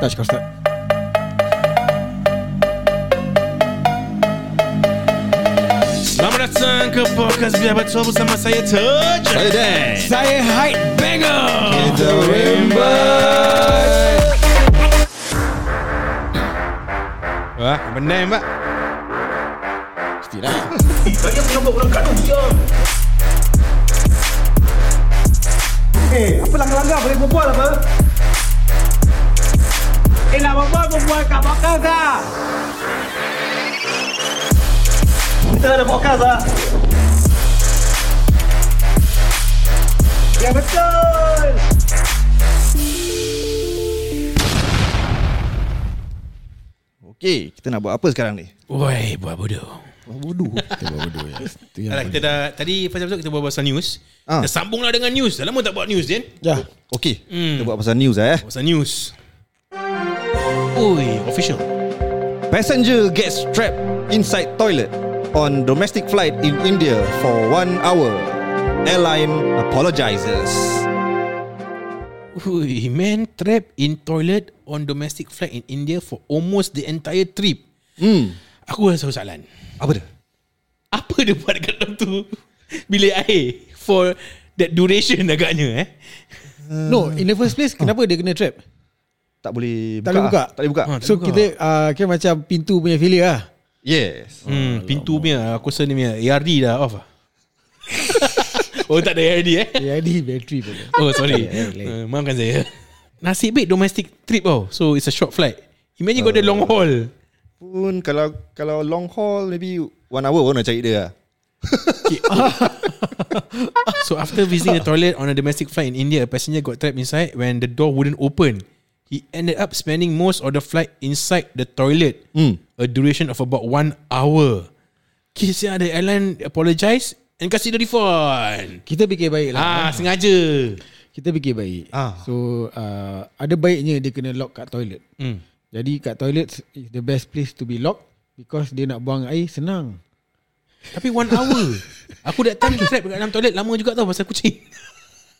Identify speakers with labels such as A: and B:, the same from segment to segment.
A: 出しました。
B: Selamat datang ke podcast biar betul bersama saya Terj
C: Saya Dan
A: Saya Hyde Banger.
C: Kita rembat Wah, menang pak lah.
A: Mestilah.
D: Eh, apa langgar-langgar boleh berbual apa? Eh, nak berbual, berbual kat podcast lah. Kita ada podcast lah. Ya, betul.
C: Okey, Eh, kita nak buat apa sekarang ni?
B: Woi, buat bodoh
C: Bodoh Kita buat bodoh ya Itu yang
B: Alah, kita dah Tadi pasal episode kita buat pasal news
C: Ah.
B: Kita sambunglah dengan news Dah lama tak buat news Jen
A: Ya.
C: Okey,
B: Hmm.
C: kita buat pasal news eh
B: Pasal news Ui, official
C: Passenger gets trapped inside toilet on domestic flight in India for one hour. Airline apologizes.
B: Ui, man trapped in toilet on domestic flight in India for almost the entire trip
C: Hmm.
B: Aku ada satu soalan
C: Apa dia?
B: Apa dia buat dekat dalam tu Bilik air For that duration agaknya eh
A: No, in the first place, kenapa dia kena trap?
C: Tak boleh buka.
A: Tak boleh buka.
C: ah. Tak boleh buka.
B: Ah,
A: So kita uh, kira macam pintu punya failure lah.
C: Yes.
B: Hmm, pintu punya aku rasa ni punya ARD dah off ah. oh tak ada ARD eh.
A: Jadi bateri pun.
B: Oh sorry. uh, maafkan saya. Nasib baik domestic trip tau. So it's a short flight. Imagine uh, kau ada long haul.
C: Pun kalau kalau long haul maybe one hour orang nak cari dia. lah.
B: So after visiting a toilet on a domestic flight in India, a passenger got trapped inside when the door wouldn't open. He ended up spending most of the flight inside the toilet,
C: Hmm.
B: a duration of about one hour. Kisah the airline apologise and kasih the refund.
A: Kita fikir baik lah.
B: Ah, sengaja.
A: Kita fikir baik.
C: Ah.
A: So uh, ada baiknya dia kena lock kat toilet.
B: Hmm.
A: Jadi kat toilet is the best place to be locked because dia nak buang air senang.
B: Tapi one hour Aku that time trap kat dalam toilet Lama juga tau pasal kucing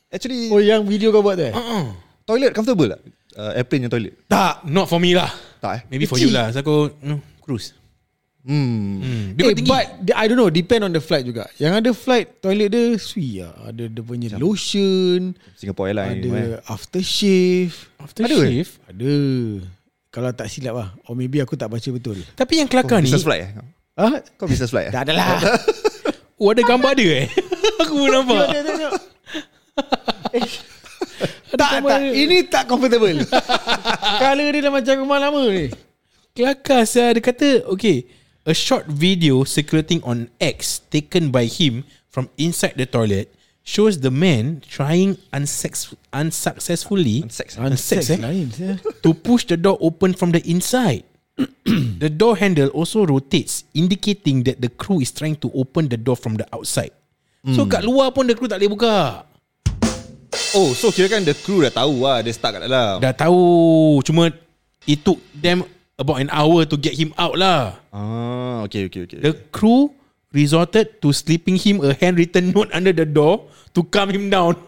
C: Actually
A: Oh yang video kau buat tu eh?
B: uh-uh.
C: toilet comfortable tak? Uh, airplane yang toilet.
B: Tak Not for me lah
C: Tak eh?
B: Maybe for you lah Pasal aku no, Cruise
C: Hmm.
B: hmm. Dia
A: Eh,
B: eh, tinggi
A: but the- I don't know Depend on the flight juga Yang ada flight Toilet dia Sui lah Ada dia punya lotion
C: Singapore Airlines.
A: Ada
C: Ada. Eh.
A: after shave
B: After
C: Ada eh?
B: shift
A: Ada Kalau tak silap lah Or maybe aku tak baca betul
B: Tapi yang kelakar ni
C: Business flight eh?
A: Ah,
C: Kau business flight eh?
A: Tak ada lah
B: Oh ada gambar dia eh Aku pun nampak
A: Tak tak Ini tak comfortable Color dia dah macam rumah lama ni
B: Kelakar saya Dia kata Okay A short video circulating on X taken by him from inside the toilet shows the man trying unsex- unsuccessfully
C: Sex.
B: Unsex, eh?
A: lain saya.
B: to push the door open from the inside. the door handle also rotates, indicating that the crew is trying to open the door from the outside.
A: Hmm.
B: So kat luar pun the crew tak boleh buka.
C: Oh, so kira kan the crew dah tahu lah dia stuck kat dalam.
B: Dah tahu, cuma it took them about an hour to get him out lah.
C: Ah, okay, okay, okay.
B: The crew resorted to slipping him a handwritten note under the door to calm him down.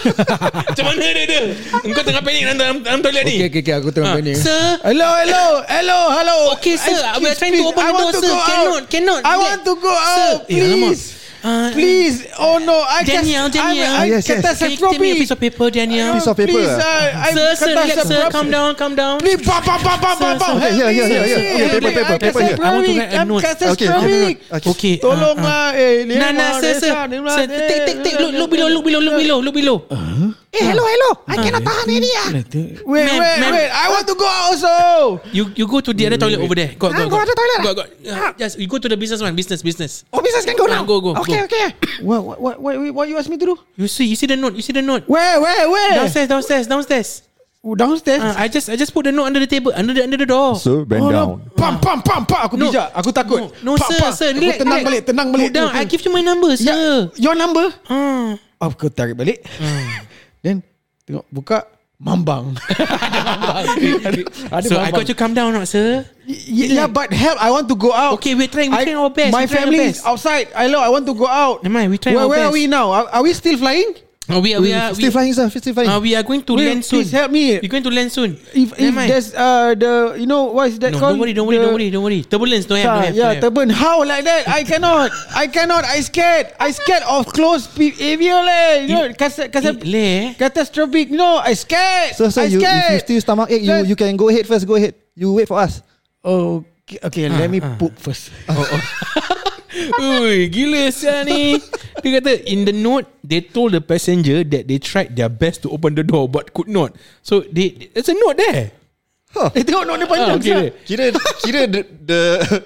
B: Macam mana dia dia? Engkau tengah panik dalam, dalam, dalam toilet ni.
A: Okay, okay, okay, aku tengok
B: Ah,
A: kau ni.
B: sir.
A: Hello, hello, hello, hello.
B: Okay, sir, we are
A: Excuse
B: trying to
A: please,
B: open
A: I
B: the
A: want
B: door,
A: to
B: sir.
A: go
B: Cannot,
A: out.
B: cannot.
A: I
B: Let-
A: want to Ah, go
B: Sir,
A: out,
B: eh, alamak.
A: please.
B: Ah,
A: please. Oh no, I can
B: Daniel, Daniel.
A: I'm, I'm
C: Ah, yes, yes.
B: Can you take me
A: catastrophic.
B: a piece of paper, Daniel?
C: Piece of paper.
A: Please, sir, I'm
B: Sir, sir, relax, sir.
A: catastrophic.
B: Calm down, calm down.
A: Please, pop, pop, pop, pop, pop, pop.
B: Ya,
C: Okay, yeah, yeah, yeah, yeah. Okay, paper, paper, paper here.
B: I want to write a
A: I'm
B: note.
C: Okay, okay.
A: catastrophic.
C: okay.
B: Okay.
A: Tolong
B: ah, ah.
A: lah, eh. ni
B: Nah, nah,
A: memang
B: sir, sir.
A: desa, ni memang-
B: Sir, take, take, take. Look, look below, look below, look below, look below.
A: Eh, hello, hello. I cannot
B: Hmm.
A: tahan ini ah. Wait,
B: Ma'am,
A: wait,
B: ma'am.
A: wait. I want to go out also.
B: You you go to the other toilet over there. Go, go,
E: Ah,
B: go.
E: go other toilet
B: Go, go. Ah, Yes, you go to the business one. Business, business.
E: Oh, business
A: kan
E: can go now.
B: Ah, go, go,
E: Okay,
B: go.
E: okay.
A: What, what, what, what, what you ask me to do?
B: You see, you see the note. You see the note.
A: Where, where, where?
B: Downstairs, downstairs, downstairs.
A: Oh, downstairs.
B: Ah, I just I just put the note under the table, under the under the door.
C: So, bend
A: Oh,
C: down.
A: no. Pam, pam, pam, pam. Aku
B: No.
A: bijak. Aku takut.
B: No, no
A: pam,
B: sir,
A: pam.
B: sir.
A: Aku
B: Relax,
A: tenang
B: relax.
A: balik, tenang balik.
B: Put down. I give you my number,
A: Ya,
B: sir.
A: Your number?
B: Ah.
A: Oh, Aku tarik balik.
B: Hmm.
A: Then, tengok buka. Mambang. ada
B: So I got you come down, not sir.
A: Y- Yeah, but help. I want to go out.
B: Okay, we're trying, we're
A: I-
B: trying our best.
A: My
B: we're trying
A: family
B: our
A: is
B: best.
A: outside. Hello, I want to go out.
B: Never mind, we're trying
A: where,
B: our
A: where
B: best.
A: are we now? Are, are we still flying?
B: Oh, we are, we are, we,
C: still flying, sir. Still flying.
B: uh, we are going to
A: Wait,
B: land soon.
A: please help me.
B: We're going to land soon.
A: If, if
B: Never mind.
A: there's uh, the you know what is that
B: no,
A: called?
B: don't worry, don't worry,
A: The-
B: don't worry, don't worry. Turbulence, don't
A: Ah,
B: have, don't have.
A: yeah,
B: don't have.
A: turban. How like that? I cannot. I cannot. I scared. I scared of close behavior leh. You know, kasa, kasa,
B: Eh, leh.
A: catastrophic. No, I scared.
C: Sir, sir,
A: I
C: you, if you
A: scared.
C: still stomach ache,
A: Sir.
C: you, you can go ahead first. Go ahead. You wait for us.
A: Oh, okay, okay.
B: Ah,
A: let me poop first.
B: Ui, gila sial ni. Dia kata, in the note, they told the passenger that they tried their best to open the door but could not. So, they, there's a note there.
A: Eh, tengok nak dia
B: Ah,
A: panjang.
B: okay.
A: sial.
C: Kira kira the the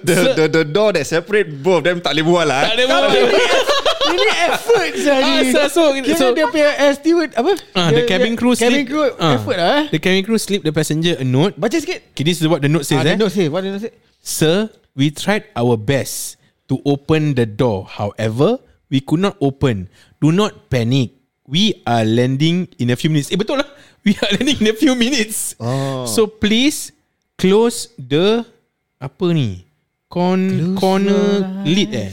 C: the, the, the door that separate both of them tak boleh buat lah.
B: Tak ada word.
A: Ini effort saja.
B: Ah, sir, so-
A: Kira
B: so-
A: dia punya air steward apa?
B: Ah, the cabin crew
A: Cabin
B: slip-
A: crew
B: ah.
A: effort lah. eh.
B: The cabin crew slip the passenger a note.
A: Baca sikit.
B: Okay, this is what the note says.
A: Ah,
B: eh?
A: the note say, what the note say?
B: Sir, we tried our best to open the door. However, we could not open. Do not panic. We are landing in a few minutes. Eh, betul lah. We are landing in a few minutes. Oh. So please close the apa ni? Con, corner lid eh.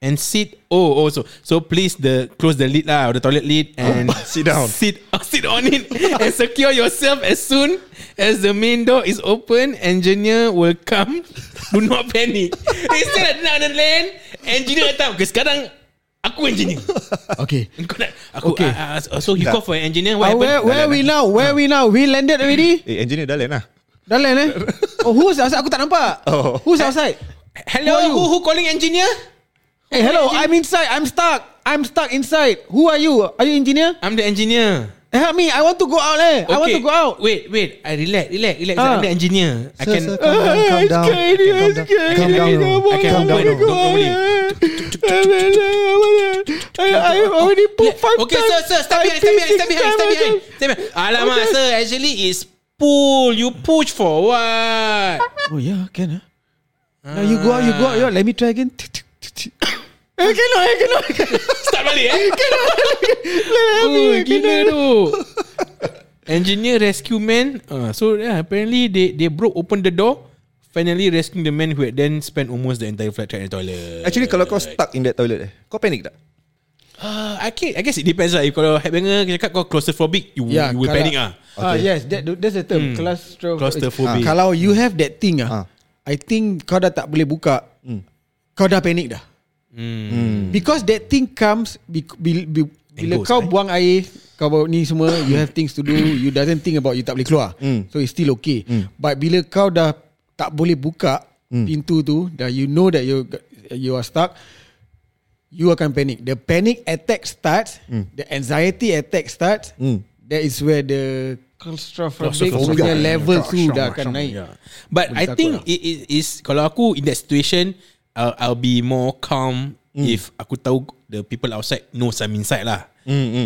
B: And sit. Oh, oh. So so please the close the lid lah, or the toilet lid,
A: Oh,
B: and
C: Sit down.
B: Sit oh, sit on it and secure yourself as soon as the main door is open. Engineer will come. Do not panic. They still nak nak nak land. Engineer datang. Okay, sekarang aku engineer.
A: Okay.
B: Kau nak aku
A: Okay.
B: okay. uh, uh, so he
C: Dah.
B: call for an engineer.
A: Ah,
B: What
A: where
B: happened?
A: where we now? Where we now? We landed already?
C: Eh, engineer dah land lah.
A: Dah land eh? Oh, who's outside? Aku tak nampak.
C: Oh.
A: Who's outside? Who
B: Hello,
A: are you?
B: who, who calling engineer?
A: Hey, Eh, hello, I'm inside. I'm stuck. I'm stuck inside. Who are you? Are you engineer? Eh,
B: I'm the engineer.
A: Help me. I want to go out leh. I want
B: Okay.
A: to go out.
B: Wait, wait. I relax, relax, relax.
A: Ah.
B: I'm the engineer. I
C: Sir,
B: can.
C: sir, calm
A: Ah,
C: down, calm
A: it's
C: down.
A: scary,
C: Calm
A: it's
C: down.
A: scary.
C: Calm down.
A: I
C: Calm
A: can't
C: down.
B: open it.
C: Calm down.
B: Don't worry.
A: I already poop five
B: Okay,
A: times.
B: sir, sir,
A: I
B: stand behind,
A: pee
B: stand behind,
A: six
B: stand behind, stand
A: times.
B: behind, stand behind. Alamak,
A: Okay.
B: sir, actually it's pull. You push for what?
A: Oh yeah, can huh? Now you go out, you go out. Yeah, let me try again. I cannot, I cannot. I cannot.
B: Start balik eh?
A: me,
B: Oh,
A: I
B: gila
A: cannot.
B: tu. Engineer rescue man. Uh, so yeah, apparently they they broke open the door, finally rescuing the man who had then spent almost the entire flight trapped in the toilet.
C: Eh, Actually kalau kau stuck in that toilet eh, kau panik tak?
B: uh, I, can, I guess it depends lah. If kalau headbanger cakap kau claustrophobic, you,
A: Yeah,
B: yeah, you
A: Ya,
B: will
A: kalau-
B: panic ah. Hmm.
A: Ah yes, that that's the term. Claustrophobic.
B: Claustrophobic.
A: Ah, Kalau you have that thing
C: Ah.
A: ah, Hmm. I think kau dah tak boleh buka. Kau dah panik dah.
B: Hmm.
A: Because that thing comes bec- bil- bil- bila
B: goes,
A: kau
B: right?
A: buang air, kau bawa ni semua, you have things to do, you doesn't think about you tak boleh keluar. So it's still okay. But bila kau dah tak boleh buka pintu tu, dah you know that you you are stuck, you akan panic. The panic attack starts, the anxiety attack starts. That is where the claustrophobic punya level tu dah akan naik.
B: Yeah. But
A: Boleh
B: I
A: takut
B: think
A: lah.
B: it, it is kalau aku in that situation, I'll, I'll be more calm if aku tahu the people outside knows I'm inside lah.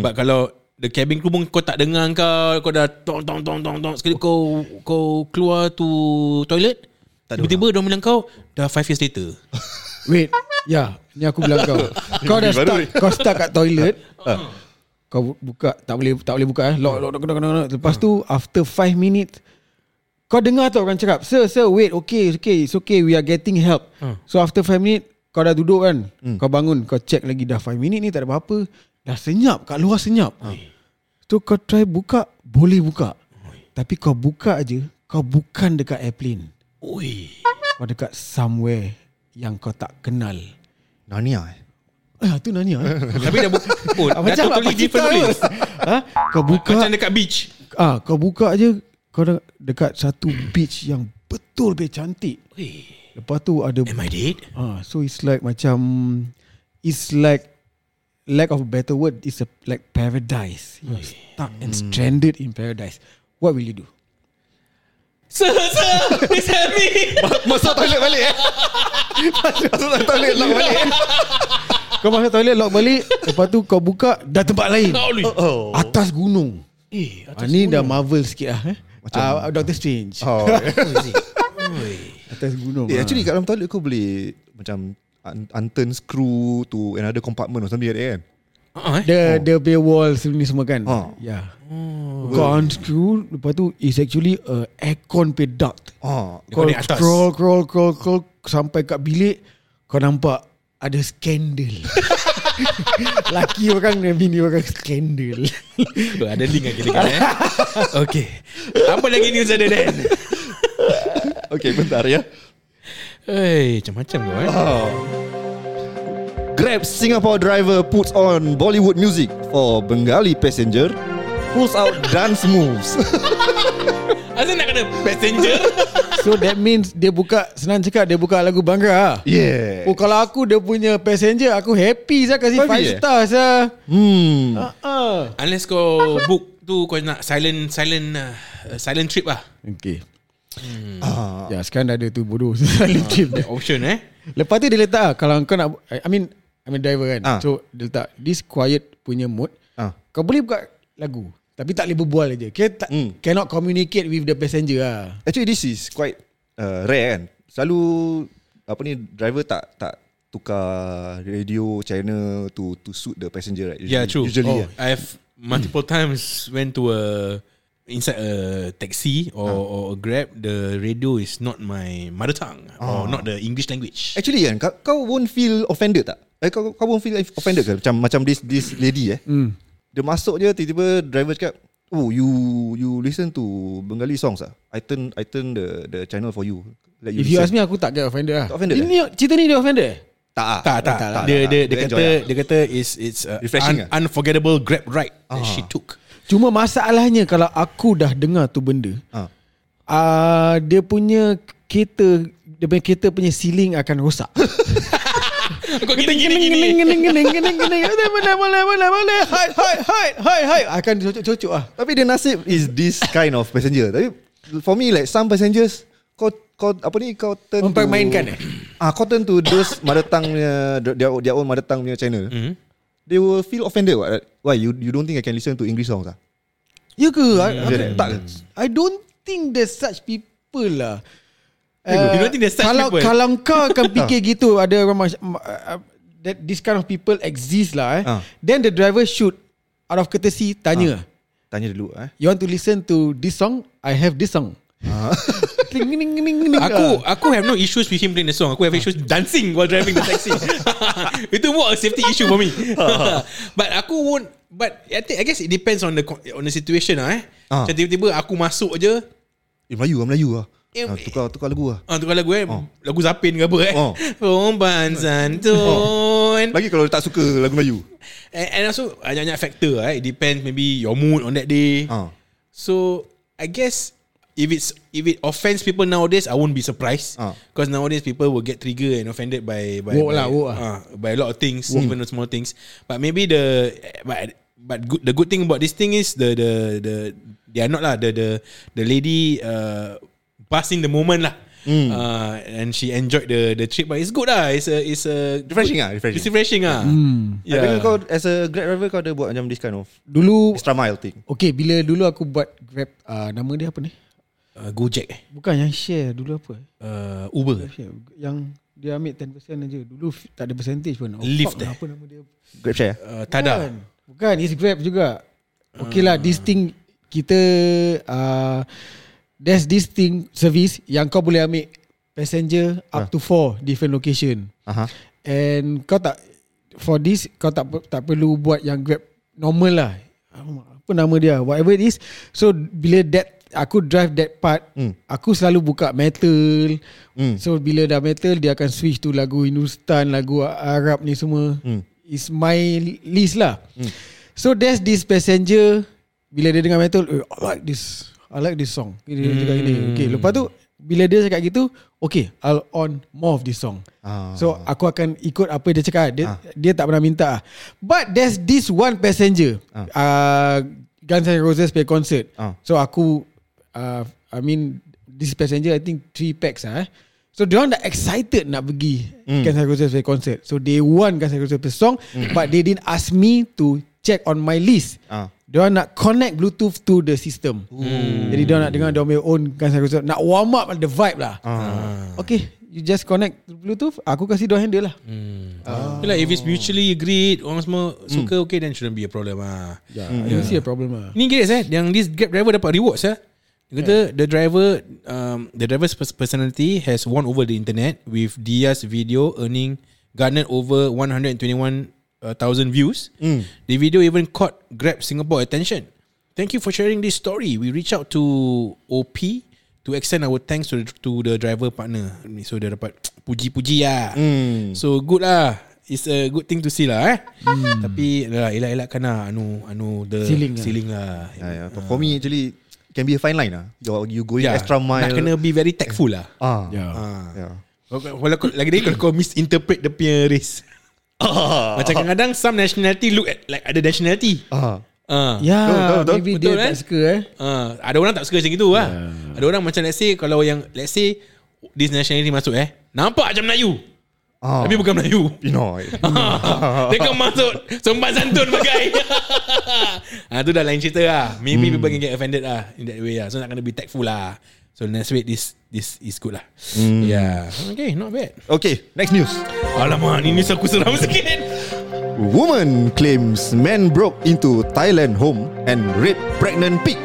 B: But kalau the cabin crew pun kau tak dengar kau, kau dah tong tong tong tong tong sekali kau kau keluar tu toilet, tiba-tiba dia bilang kau dah 5 years later.
A: Wait Ya Ni aku bilang kau Kau dah
C: Baru
A: stuck
C: ni. Ha.
A: Kau stuck kat toilet Kau bu- buka Tak boleh tak boleh buka eh. Lock lock lock, kena kena kena. Lepas tu After 5 minutes Kau dengar tau orang cakap Sir sir wait Okay okay It's okay We are getting help So after 5 minutes Kau dah duduk kan
C: Hmm.
A: Kau bangun Kau check lagi Dah 5 minit ni tak ada apa-apa Dah senyap Kat luar senyap
C: Ha.
A: So kau try buka Boleh buka Tapi kau buka aja Kau bukan dekat airplane
B: Oi.
A: Kau dekat somewhere Yang kau tak kenal
C: Narnia eh.
A: Ah, tu Nania. eh.
B: Tapi dah bu- oh,
A: Ah,
B: dah
A: macam
B: totally
A: apa
B: different
A: cerita?
B: place.
A: ha? Kau buka
B: Macam dekat beach.
A: ah, kau buka je kau de- dekat satu beach yang betul be cantik.
B: Oi.
A: Lepas tu ada
B: Am I dead?
A: ah, so it's like macam it's like lack of a better word it's a, like paradise. You're stuck and stranded in paradise. What will you do?
B: Sir, sir, please help me.
C: Masuk toilet balik eh. Masuk toilet lock balik. eh.
A: Kau masuk toilet lock balik, lepas tu kau buka dah tempat lain.
B: Oi.
A: Atas gunung.
B: Eh,
A: Ah, ni dah Marvel sikit lah eh. Macam uh, Doctor Strange.
C: Oh.
A: Atas gunung. ah.
C: Eh, actually kat dalam toilet kau boleh macam un- unturn screw to another compartment or something like that kan.
B: Uh-uh, eh.
A: The the bare walls ni semua kan.
C: Ah.
A: Yeah. Kau unscrew lepas tu is actually a aircon pay duct.
C: Oh.
A: Kau
B: naik atas.
A: crawl, crawl, crawl, crawl sampai kat bilik kau nampak ada skandal. Laki orang dan bini orang skandal.
B: Tuh, ada link lagi dekat eh. Okay. Apa lagi news ada Dan?
C: Okay bentar ya
B: Hei, macam-macam kau eh.
C: Grab Singapore driver puts on Bollywood music for Bengali passenger pulls out dance moves.
B: Asal nak kena passenger?
A: So that means dia buka senang cakap dia buka lagu bangga lah.
C: yeah.
A: Oh kalau aku dia punya passenger aku happy saya kasi 5
C: Happy eh?
A: star saya.
C: Hmm.
A: Ah.
B: Unless kau book tu kau nak silent silent uh, silent trip lah.
A: Okay. Hmm.
C: Ah.
A: Ya sekarang dah ada tu bodoh Silent trip dia.
B: Option eh.
A: Lepas tu dia letak ah, Kalau kau nak I I mean I mean driver kan
C: Ah.
A: So dia letak This quiet punya mode
C: Ah.
A: Kau boleh buka lagu Tapi tak boleh berbual je Kita tak,
C: Hmm.
A: Cannot communicate with the passenger lah
C: Actually this is quite uh, rare kan. Selalu apa ni driver tak tak tukar radio channel to to suit the passenger right.
B: Yeah, true.
C: Usually.
B: oh,
C: yeah.
B: I've multiple times went to a inside a taxi or, or a grab. The radio is not my mother tongue or not the English language.
C: Actually kan kau, kau won't feel offended tak? Eh, kau kau won't feel offended ke macam macam this this lady eh.
A: Hmm.
C: Dia masuk je tiba-tiba driver cakap Oh you you listen to Bengali songs ah. I turn I turn the the channel for you. Let
A: If you ask me
C: listen."
A: Aku tak get offended lah
C: Tak offended
A: Ini Cerita ni dia offended eh?
C: tak ah.
B: Tak, tak.
A: tak lah.
B: Dia, dia, dia
C: Dia
B: kata,
C: enjoy lah.
B: dia kata is it's a
C: Refreshing
B: un, unforgettable grab ride that she took.
A: Cuma masalahnya Kalau aku dah dengar tu benda
C: Ah.
A: uh, Dia punya Kereta Dia punya kereta punya ceiling Akan rosak
B: Kau
A: Kening kening kening kening kening kening kening Boleh boleh boleh boleh boleh Hai hai hai hai hai Akan cocok-cocok lah
C: Tapi dia nasib is this kind of passenger. Tapi for me like some passengers kau kau apa ni kau turn to-
A: Mempermainkan, eh?
C: Ah kau turn to those mother tongue punya their, their own mother tongue punya channel. Mm. They will feel offended what? right? Why you you don't think I can listen to English songs ah?
A: Ya ke?
B: Hmm.
A: I-
C: Dia
A: aku-
C: like, tak.
A: I don't think there's such people lah.
B: Ya
A: Eh,
B: You don't think there's such
A: kalau,
B: people?
A: Kalau kau akan fikir gitu, ada orang macam, uh, uh, that this kind of people exist lah eh.
C: Ah.
A: Then the driver should, out of courtesy, tanya.
B: Ah.
C: Tanya dulu eh.
A: You want to listen to this song? I have this song. Ting, ting, ting, ting, Ah. ting.
B: Ah. Aku aku have no issues with him playing the song. Aku have issues dancing while driving the taxi. Itu more a safety issue for me. but aku won't but I think I guess it depends on the co- on the situation lah eh.
C: Ah.
B: Macam tiba-tiba aku masuk je
C: Eh Melayu ah Melayu ah.
B: Eh,
C: Ah, tukar tukar lagu ah.
B: Ah, tukar lagu eh Lagu Zapin ke apa eh
C: Oh.
B: Rompan Santun
C: Lagi kalau dia tak suka lagu Melayu.
B: and, and also Banyak-banyak factor lah eh. It depends maybe Your mood on that day
C: Ah.
B: So I guess if it's if it offends people nowadays, I won't be surprised
C: Ah.
B: because nowadays people will get triggered and offended by by
A: Woke
B: by,
A: lah, woke lah.
B: ah, by a lot of things, even the small things. But maybe the but but good, the good thing about this thing is the the the they are not lah the the the lady uh passing the moment lah. Uh, and she enjoyed the the trip, but it's good lah. It's a it's a
C: Refreshing
B: good-
C: ah, refreshing.
B: It's refreshing ah. Yeah.
C: Yeah. kau as a grab driver kau ada buat macam this kind of
A: Dulu,
C: extra mile thing.
A: okay, bila dulu aku buat Grab, uh, nama dia apa ni?
B: Uh, Gojek, eh.
A: Bukan yang share dulu apa? eh?
B: uh, Uber,
A: Share. Yang dia ambil 10% aja. Dulu f- tak ada percentage pun. Oh,
B: Lyft,
A: fuck,
B: eh?
A: Apa nama dia?
C: Grab share.
B: uh, Tada.
A: Bukan. Bukan, it's Grab juga. Okay lah, this thing kita uh, there's this thing service yang kau boleh ambil passenger up to four different location.
C: Aha.
A: And kau tak for this kau tak per- tak perlu buat yang Grab normal lah. Apa nama dia? Whatever it is. So bila that aku drive that part, mm. aku selalu buka metal. Mm. So bila dah metal dia akan switch tu lagu Hindustan, lagu Arab ni semua. Mm. It's my list lah. Mm. So there's this passenger bila dia dengar metal, eh, I like this. I like this song. Dia mm. cakap gini.
C: Hmm.
A: Okay, lepas tu bila dia cakap gitu, okay, I'll on more of this song.
C: Ah.
A: So aku akan ikut apa dia cakap. Dia, dia tak pernah minta. But there's this one passenger. Uh. Uh, Guns N' Roses play concert.
C: Ah.
A: So aku, uh, I mean, this passenger I think three packs ah. Eh. So diorang dah excited nak pergi
C: Hmm.
A: Guns N' Roses play concert. So they want Guns N' Roses play song, but they didn't ask me to check on my list.
C: Ah.
A: Diorang nak connect Bluetooth to the system. Jadi diorang nak dengar diorang punya own Guns N' Roses. Nak warm up the vibe lah. Okay, you just connect to Bluetooth. Aku kasih diorang handle lah.
B: Oh. Like if it's mutually agreed, orang semua suka okay then shouldn't be a problem ah.
A: Yeah, I don't see a problem lah.
B: Ni guys eh, yang this Grab driver dapat rewards eh. Dia kata the driver um, the driver's pers- personality has won over the internet with Dia's video earning garnered over 121 uh, thousand views. The video even caught Grab Singapore attention. Thank you for sharing this story. We reached out to OP to extend our thanks to the, to the driver partner. So dia dapat puji-puji lah.
C: Hmm.
B: So good lah. It's a good thing to see lah eh.
C: Hmm.
B: Tapi lah, elak-elakkan lah anu anu the
A: Ceiling lah.
B: ceiling lah.
C: Yeah, yeah. But Ya, for me actually can be a fine line lah. You're, you going
B: Yeah.
C: extra mile.
B: Nak kena be very tactful lah.
C: ah.
A: Yeah.
B: Ah.
C: Yeah.
B: Kalau kalau kau- lagi lagi kalau kau misinterpret dia punya race.
C: Ah.
B: Macam kadang-kadang some nationality look at like ada nationality.
C: Ah.
B: Ah.
A: Ya,
C: Betul, betul, betul.
A: maybe
B: Betul,
A: dia
B: eh?
A: tak suka eh.
B: Ah, ada orang tak suka macam itu lah. Ada orang macam let's say kalau yang let's say this nationality masuk eh. Nampak macam Melayu.
C: Ah.
B: Tapi bukan Melayu.
C: Pinoy.
B: Dia kau masuk Sombat santun bagai ha, tu dah lain cerita lah Maybe people can get offended lah In that way lah So nak kena be tactful lah So next week this This is good lah Yeah Okay not bad
C: okay, next news.
B: Alamak ni news aku seram sikit
C: Woman claims man broke into Thailand home and raped pregnant pig.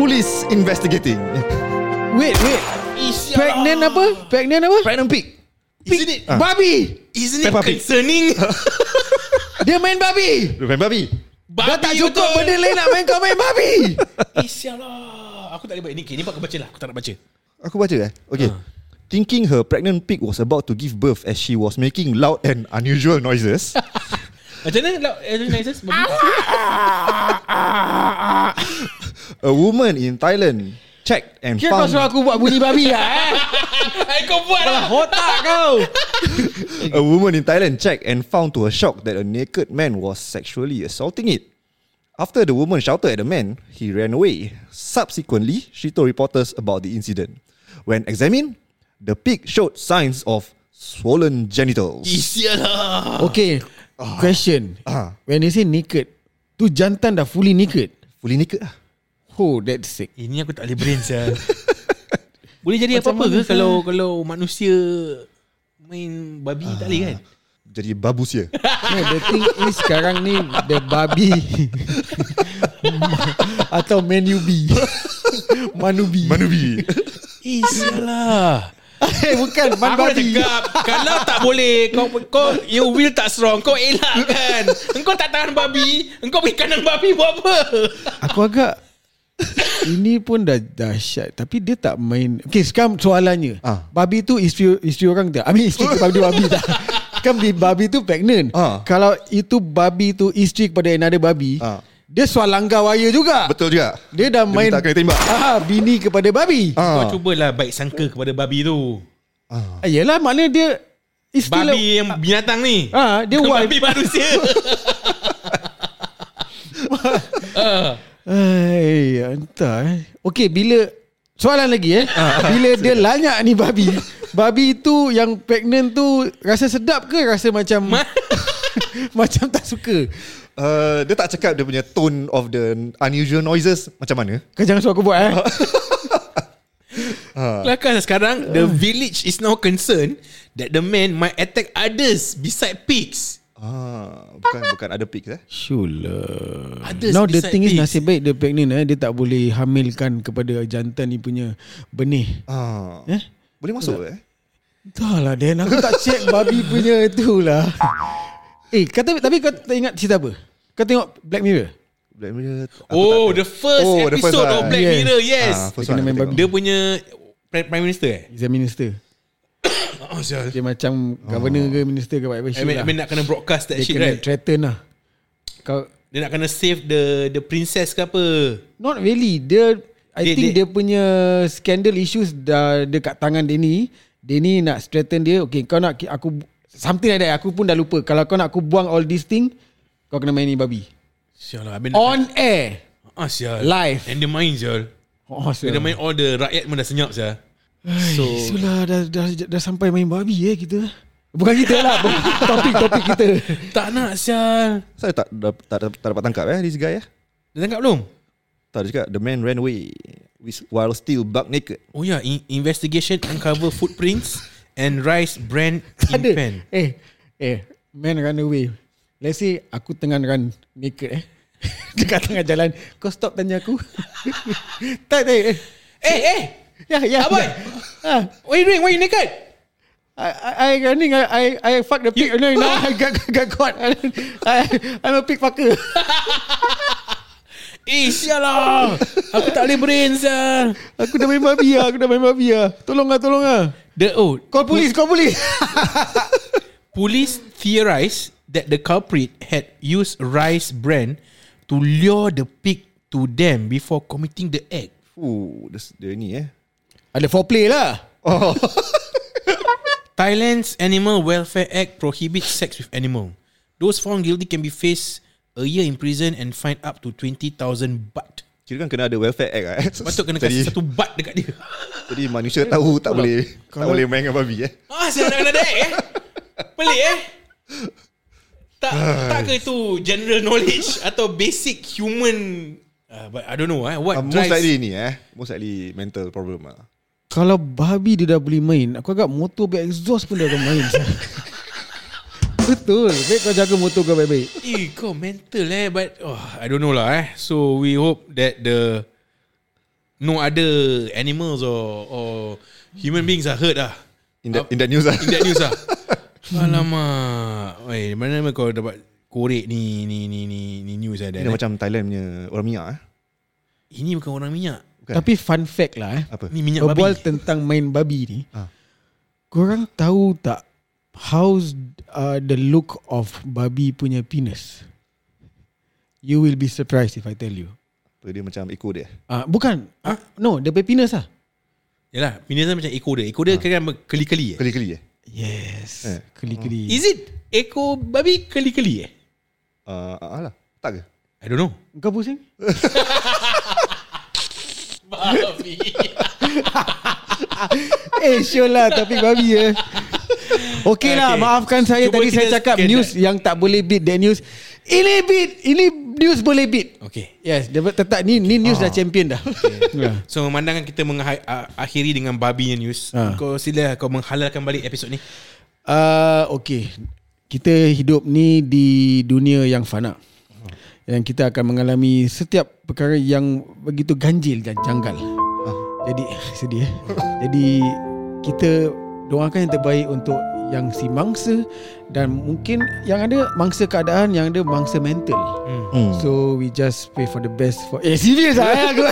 C: Police investigating.
A: Wait, wait.
B: Isya.
A: Pregnant
B: lah.
A: apa? Pregnant apa?
C: Pregnant pig.
A: Pig.
C: Isn't it? Ah.
A: Babi.
B: Isn't it
C: Peppa Pig.
B: concerning
A: Dia main babi.
C: Remember babi?
A: Dah tak cukup benda lain nak main kau main babi.
B: Isya lah Aku tak boleh buat ni okay, Ni buat kau baca lah Aku tak nak baca
C: Aku baca eh. Okay.
A: Ah.
C: Thinking her pregnant pig was about to give birth as she was making loud and unusual noises,
B: Macam mana lah Aaron Nisus
C: a woman in Thailand checked and
A: Kira kau
C: found
A: suruh aku buat bunyi babi lah eh.
B: Hai kau buat lah
A: Hotak kau.
C: a woman in Thailand checked and found to her shock that a naked man was sexually assaulting it. After the woman shouted at the man, he ran away. Subsequently, she told reporters about the incident. When examined, the pig showed signs of swollen genitals.
B: Isya lah
A: Okay, question.
C: Ah.
A: When they say naked, tu jantan dah fully naked.
C: Fully naked lah.
A: Oh, that's sick.
B: Ini aku tak boleh brain sial. Boleh jadi
A: Macam
B: apa-apa ke
A: mana, sial?
B: kalau kalau manusia main babi tak boleh kan?
C: Jadi babusia.
A: No, the thing is sekarang ni the babi atau manubi. Manubi.
C: Manubi.
B: Eh sialah.
A: Eh, bukan man
B: Aku dah
A: babi.
B: cakap Kalau tak boleh Kau kau Your will tak strong Kau elak kan Engkau tak tahan babi Engkau pergi kandang babi Buat apa
A: Aku agak ini pun dah dahsyat Tapi dia tak main Okay sekarang soalannya
C: Ah.
A: Babi tu isteri, isteri orang tak I mean isteri babi, babi tak Kan di babi tu pregnant
C: Ah.
A: Kalau itu babi tu isteri kepada another babi
C: Ah.
A: Dia sualangga waya juga
C: Betul juga.
A: Dia dah
C: Dia
A: main
C: minta kena tembak.
A: ah, Bini kepada babi ah.
B: Kau
C: Ah.
B: cubalah baik sangka Kepada babi tu
A: Yelah maknanya dia istilah,
B: Babi yang binatang ni
A: Ah, dia wife.
B: Babi manusia Ah.
A: Hai, entah eh. Okay, bila soalan lagi eh. bila dia lanyak ni babi. Babi tu yang pregnant tu rasa sedap ke rasa macam macam tak suka?
C: Uh, dia tak cakap dia punya tone of the unusual noises macam mana.
A: Kau jangan suruh aku buat eh.
B: Kelakar lah sekarang The village is now concerned That the man might attack others Beside pigs
C: Ah, bukan bukan ada pigs eh.
A: Sure.
B: Others
A: Now the
B: beside
A: thing is
B: pigs.
A: nasib baik dia pregnant eh dia tak boleh hamilkan kepada jantan ni punya benih.
C: Ah.
A: Eh?
C: Boleh masuk eh?
A: Dah lah Dan Aku tak check babi punya tu lah Eh kata, tapi kau tak ingat cerita apa? Kau tengok Black Mirror?
C: Black Mirror. aku
B: Oh
C: tak
B: the first
C: Oh, the first
B: episode
C: one.
B: of Black
A: Yes.
B: Mirror
C: tahu.
B: Yes
C: Ah, first
A: Dia kena
C: one aku
A: main
C: tengok.
B: Dia punya Pri- Prime Minister eh
A: He's a minister
B: Oh sial
A: Dia macam governor ke minister ke apa-apa
B: I
A: shit
B: mean, I
A: lah.
B: mean nak kena broadcast that
A: Dia
B: shit
A: kena
B: right
A: threaten lah Kau,
B: Dia nak kena save the The princess ke apa
A: Not really Dia I
B: Dia-
A: think
B: dia-
A: dia, punya Scandal issues Dah dekat tangan dia ni Dia ni nak threaten dia Okay kau nak ki- Aku Something like that Aku pun dah lupa Kalau kau nak aku buang all these thing Kau kena main ni babi
B: Sial lah I mean,
A: On air
B: Ah sial
A: Live.
B: And dia main sial
A: Oh,
B: Dia dah main all the Rakyat pun dah senyap sial So
A: Itulah dah, dah, dah, dah sampai main babi eh kita Bukan kita lah Topik-topik kita
B: Tak nak sial
C: Saya tak, tak, tak, tak dapat tangkap eh This guy eh
B: Dah tangkap belum
C: Tak dia cakap The man ran away with- While still buck naked
B: Oh yeah, in- investigation uncover footprints and rice brand in
A: ada.
B: pan.
A: Eh, eh, man run away. Let's say aku tengah run naked eh. Dekat tengah jalan Kau stop tanya aku Tak tak eh.
B: Eh, eh,
A: Ya ya
B: Aboy!
A: ya. Ha.
B: what you doing? Why you naked?
A: I, I, I running, I, I, I fuck the pig, and then now I got, got caught. And then I, I'm a pig fucker.
B: Eh sialah Aku tak boleh brain sial
A: Aku dah main babi lah, aku dah main babi lah. Tolong lah, tolong lah.
B: The oh
A: Call polis, call polis.
B: Police theorized that the culprit had used rice bran to lure the pig to them before committing the act.
C: Ooh, this, dia ni eh.
A: Ada foreplay lah.
C: Oh.
B: Thailand's Animal Welfare Act prohibits sex with animal. Those found guilty can be faced a year in prison and fined up to 20,000 baht.
C: Kira kan kena ada welfare act lah eh.
B: Patut kena
C: jadi,
B: kasi satu baht dekat dia.
C: jadi manusia tahu tak boleh tak boleh main dengan babi eh.
B: Ah, saya nak kena dek eh. Pelik eh. Tak, tak ke itu general knowledge atau basic human Ah, but I don't know eh. What
C: Uh, most
B: drives
C: likely ni eh. Most likely mental problem lah.
A: Kalau babi dia dah boleh main, aku agak motor back exhaust pun dia akan main. Betul. Baik kau jaga motor kau baik-baik.
B: Eh kau mental eh But oh, I don't know lah eh So we hope that the No other animals or, or Human beings are hurt lah
C: In the, in the news lah.
B: In that news lah Alamak Oi, Mana mana kau dapat Korek ni Ni ni ni, ni news ada
C: Dia
B: eh?
C: macam Thailand punya orang minyak eh.
B: Ini bukan orang minyak
C: Bukan.
A: Tapi fun fact lah eh.
C: Kan. Apa?
B: Ni minyak
A: Berbual
B: babi
A: tentang main babi ni.
C: Ah.
A: Korang tahu tak how's uh, the look of babi punya penis? You will be surprised if I tell you.
C: Apa dia macam ekor dia.
A: Uh, bukan. Uh, no, the baby penis lah.
B: Yalah Minyak tu macam ekor dia Ekor dia kira keli-keli eh
C: Ah. Keli-keli eh.
A: Yes.
C: Eh.
A: Keli-keli.
B: Is it Ekor babi keli-keli eh
C: Uh, ah lah. Tak ke?
B: I don't know
A: Kau pusing?
B: Babi
A: Eh sure lah Topik babi ya Okay lah
B: Okay.
A: Maafkan saya
B: Cuba
A: Tadi saya
B: kita
A: cakap
B: scan
A: News yang tak boleh beat That news Ini beat Ini news boleh beat
B: Okay
A: Yes dia ber- tetap ni, ni news
B: Ah.
A: dah champion dah yeah.
B: So memandangkan kita mengakhiri dengan babi yang news.
A: Ha.
B: Ha. Kau sila kau menghalalkan balik episod ni.
A: uh, Okay Kita hidup ni Di dunia yang fana Yang kita akan mengalami Setiap perkara yang Begitu ganjil dan janggal Jadi Sedih eh. Jadi Kita Doakan yang terbaik untuk Yang si mangsa Dan mungkin Yang ada mangsa keadaan Yang ada mangsa mental
C: Hmm.
A: So we just pray for the best for Eh serius lah eh, aku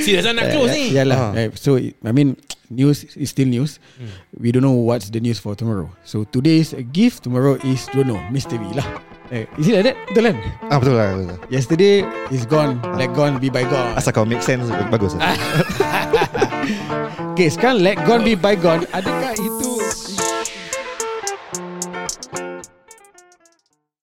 B: Sila sana nak close ni. Ah.
A: Yeah lah. Uh. So I mean, news is still news.
B: Hmm.
A: Mm. We don't know what's the news for tomorrow. So today's a gift. Tomorrow is don't know mystery lah. Eh, is it like that? Betul kan?
C: Ah betul lah. Betul lah.
A: Yesterday is gone. Let gone be by gone.
C: Asal kau make sense bagus lah.
A: Okay, sekarang let gone be by gone. Adakah itu?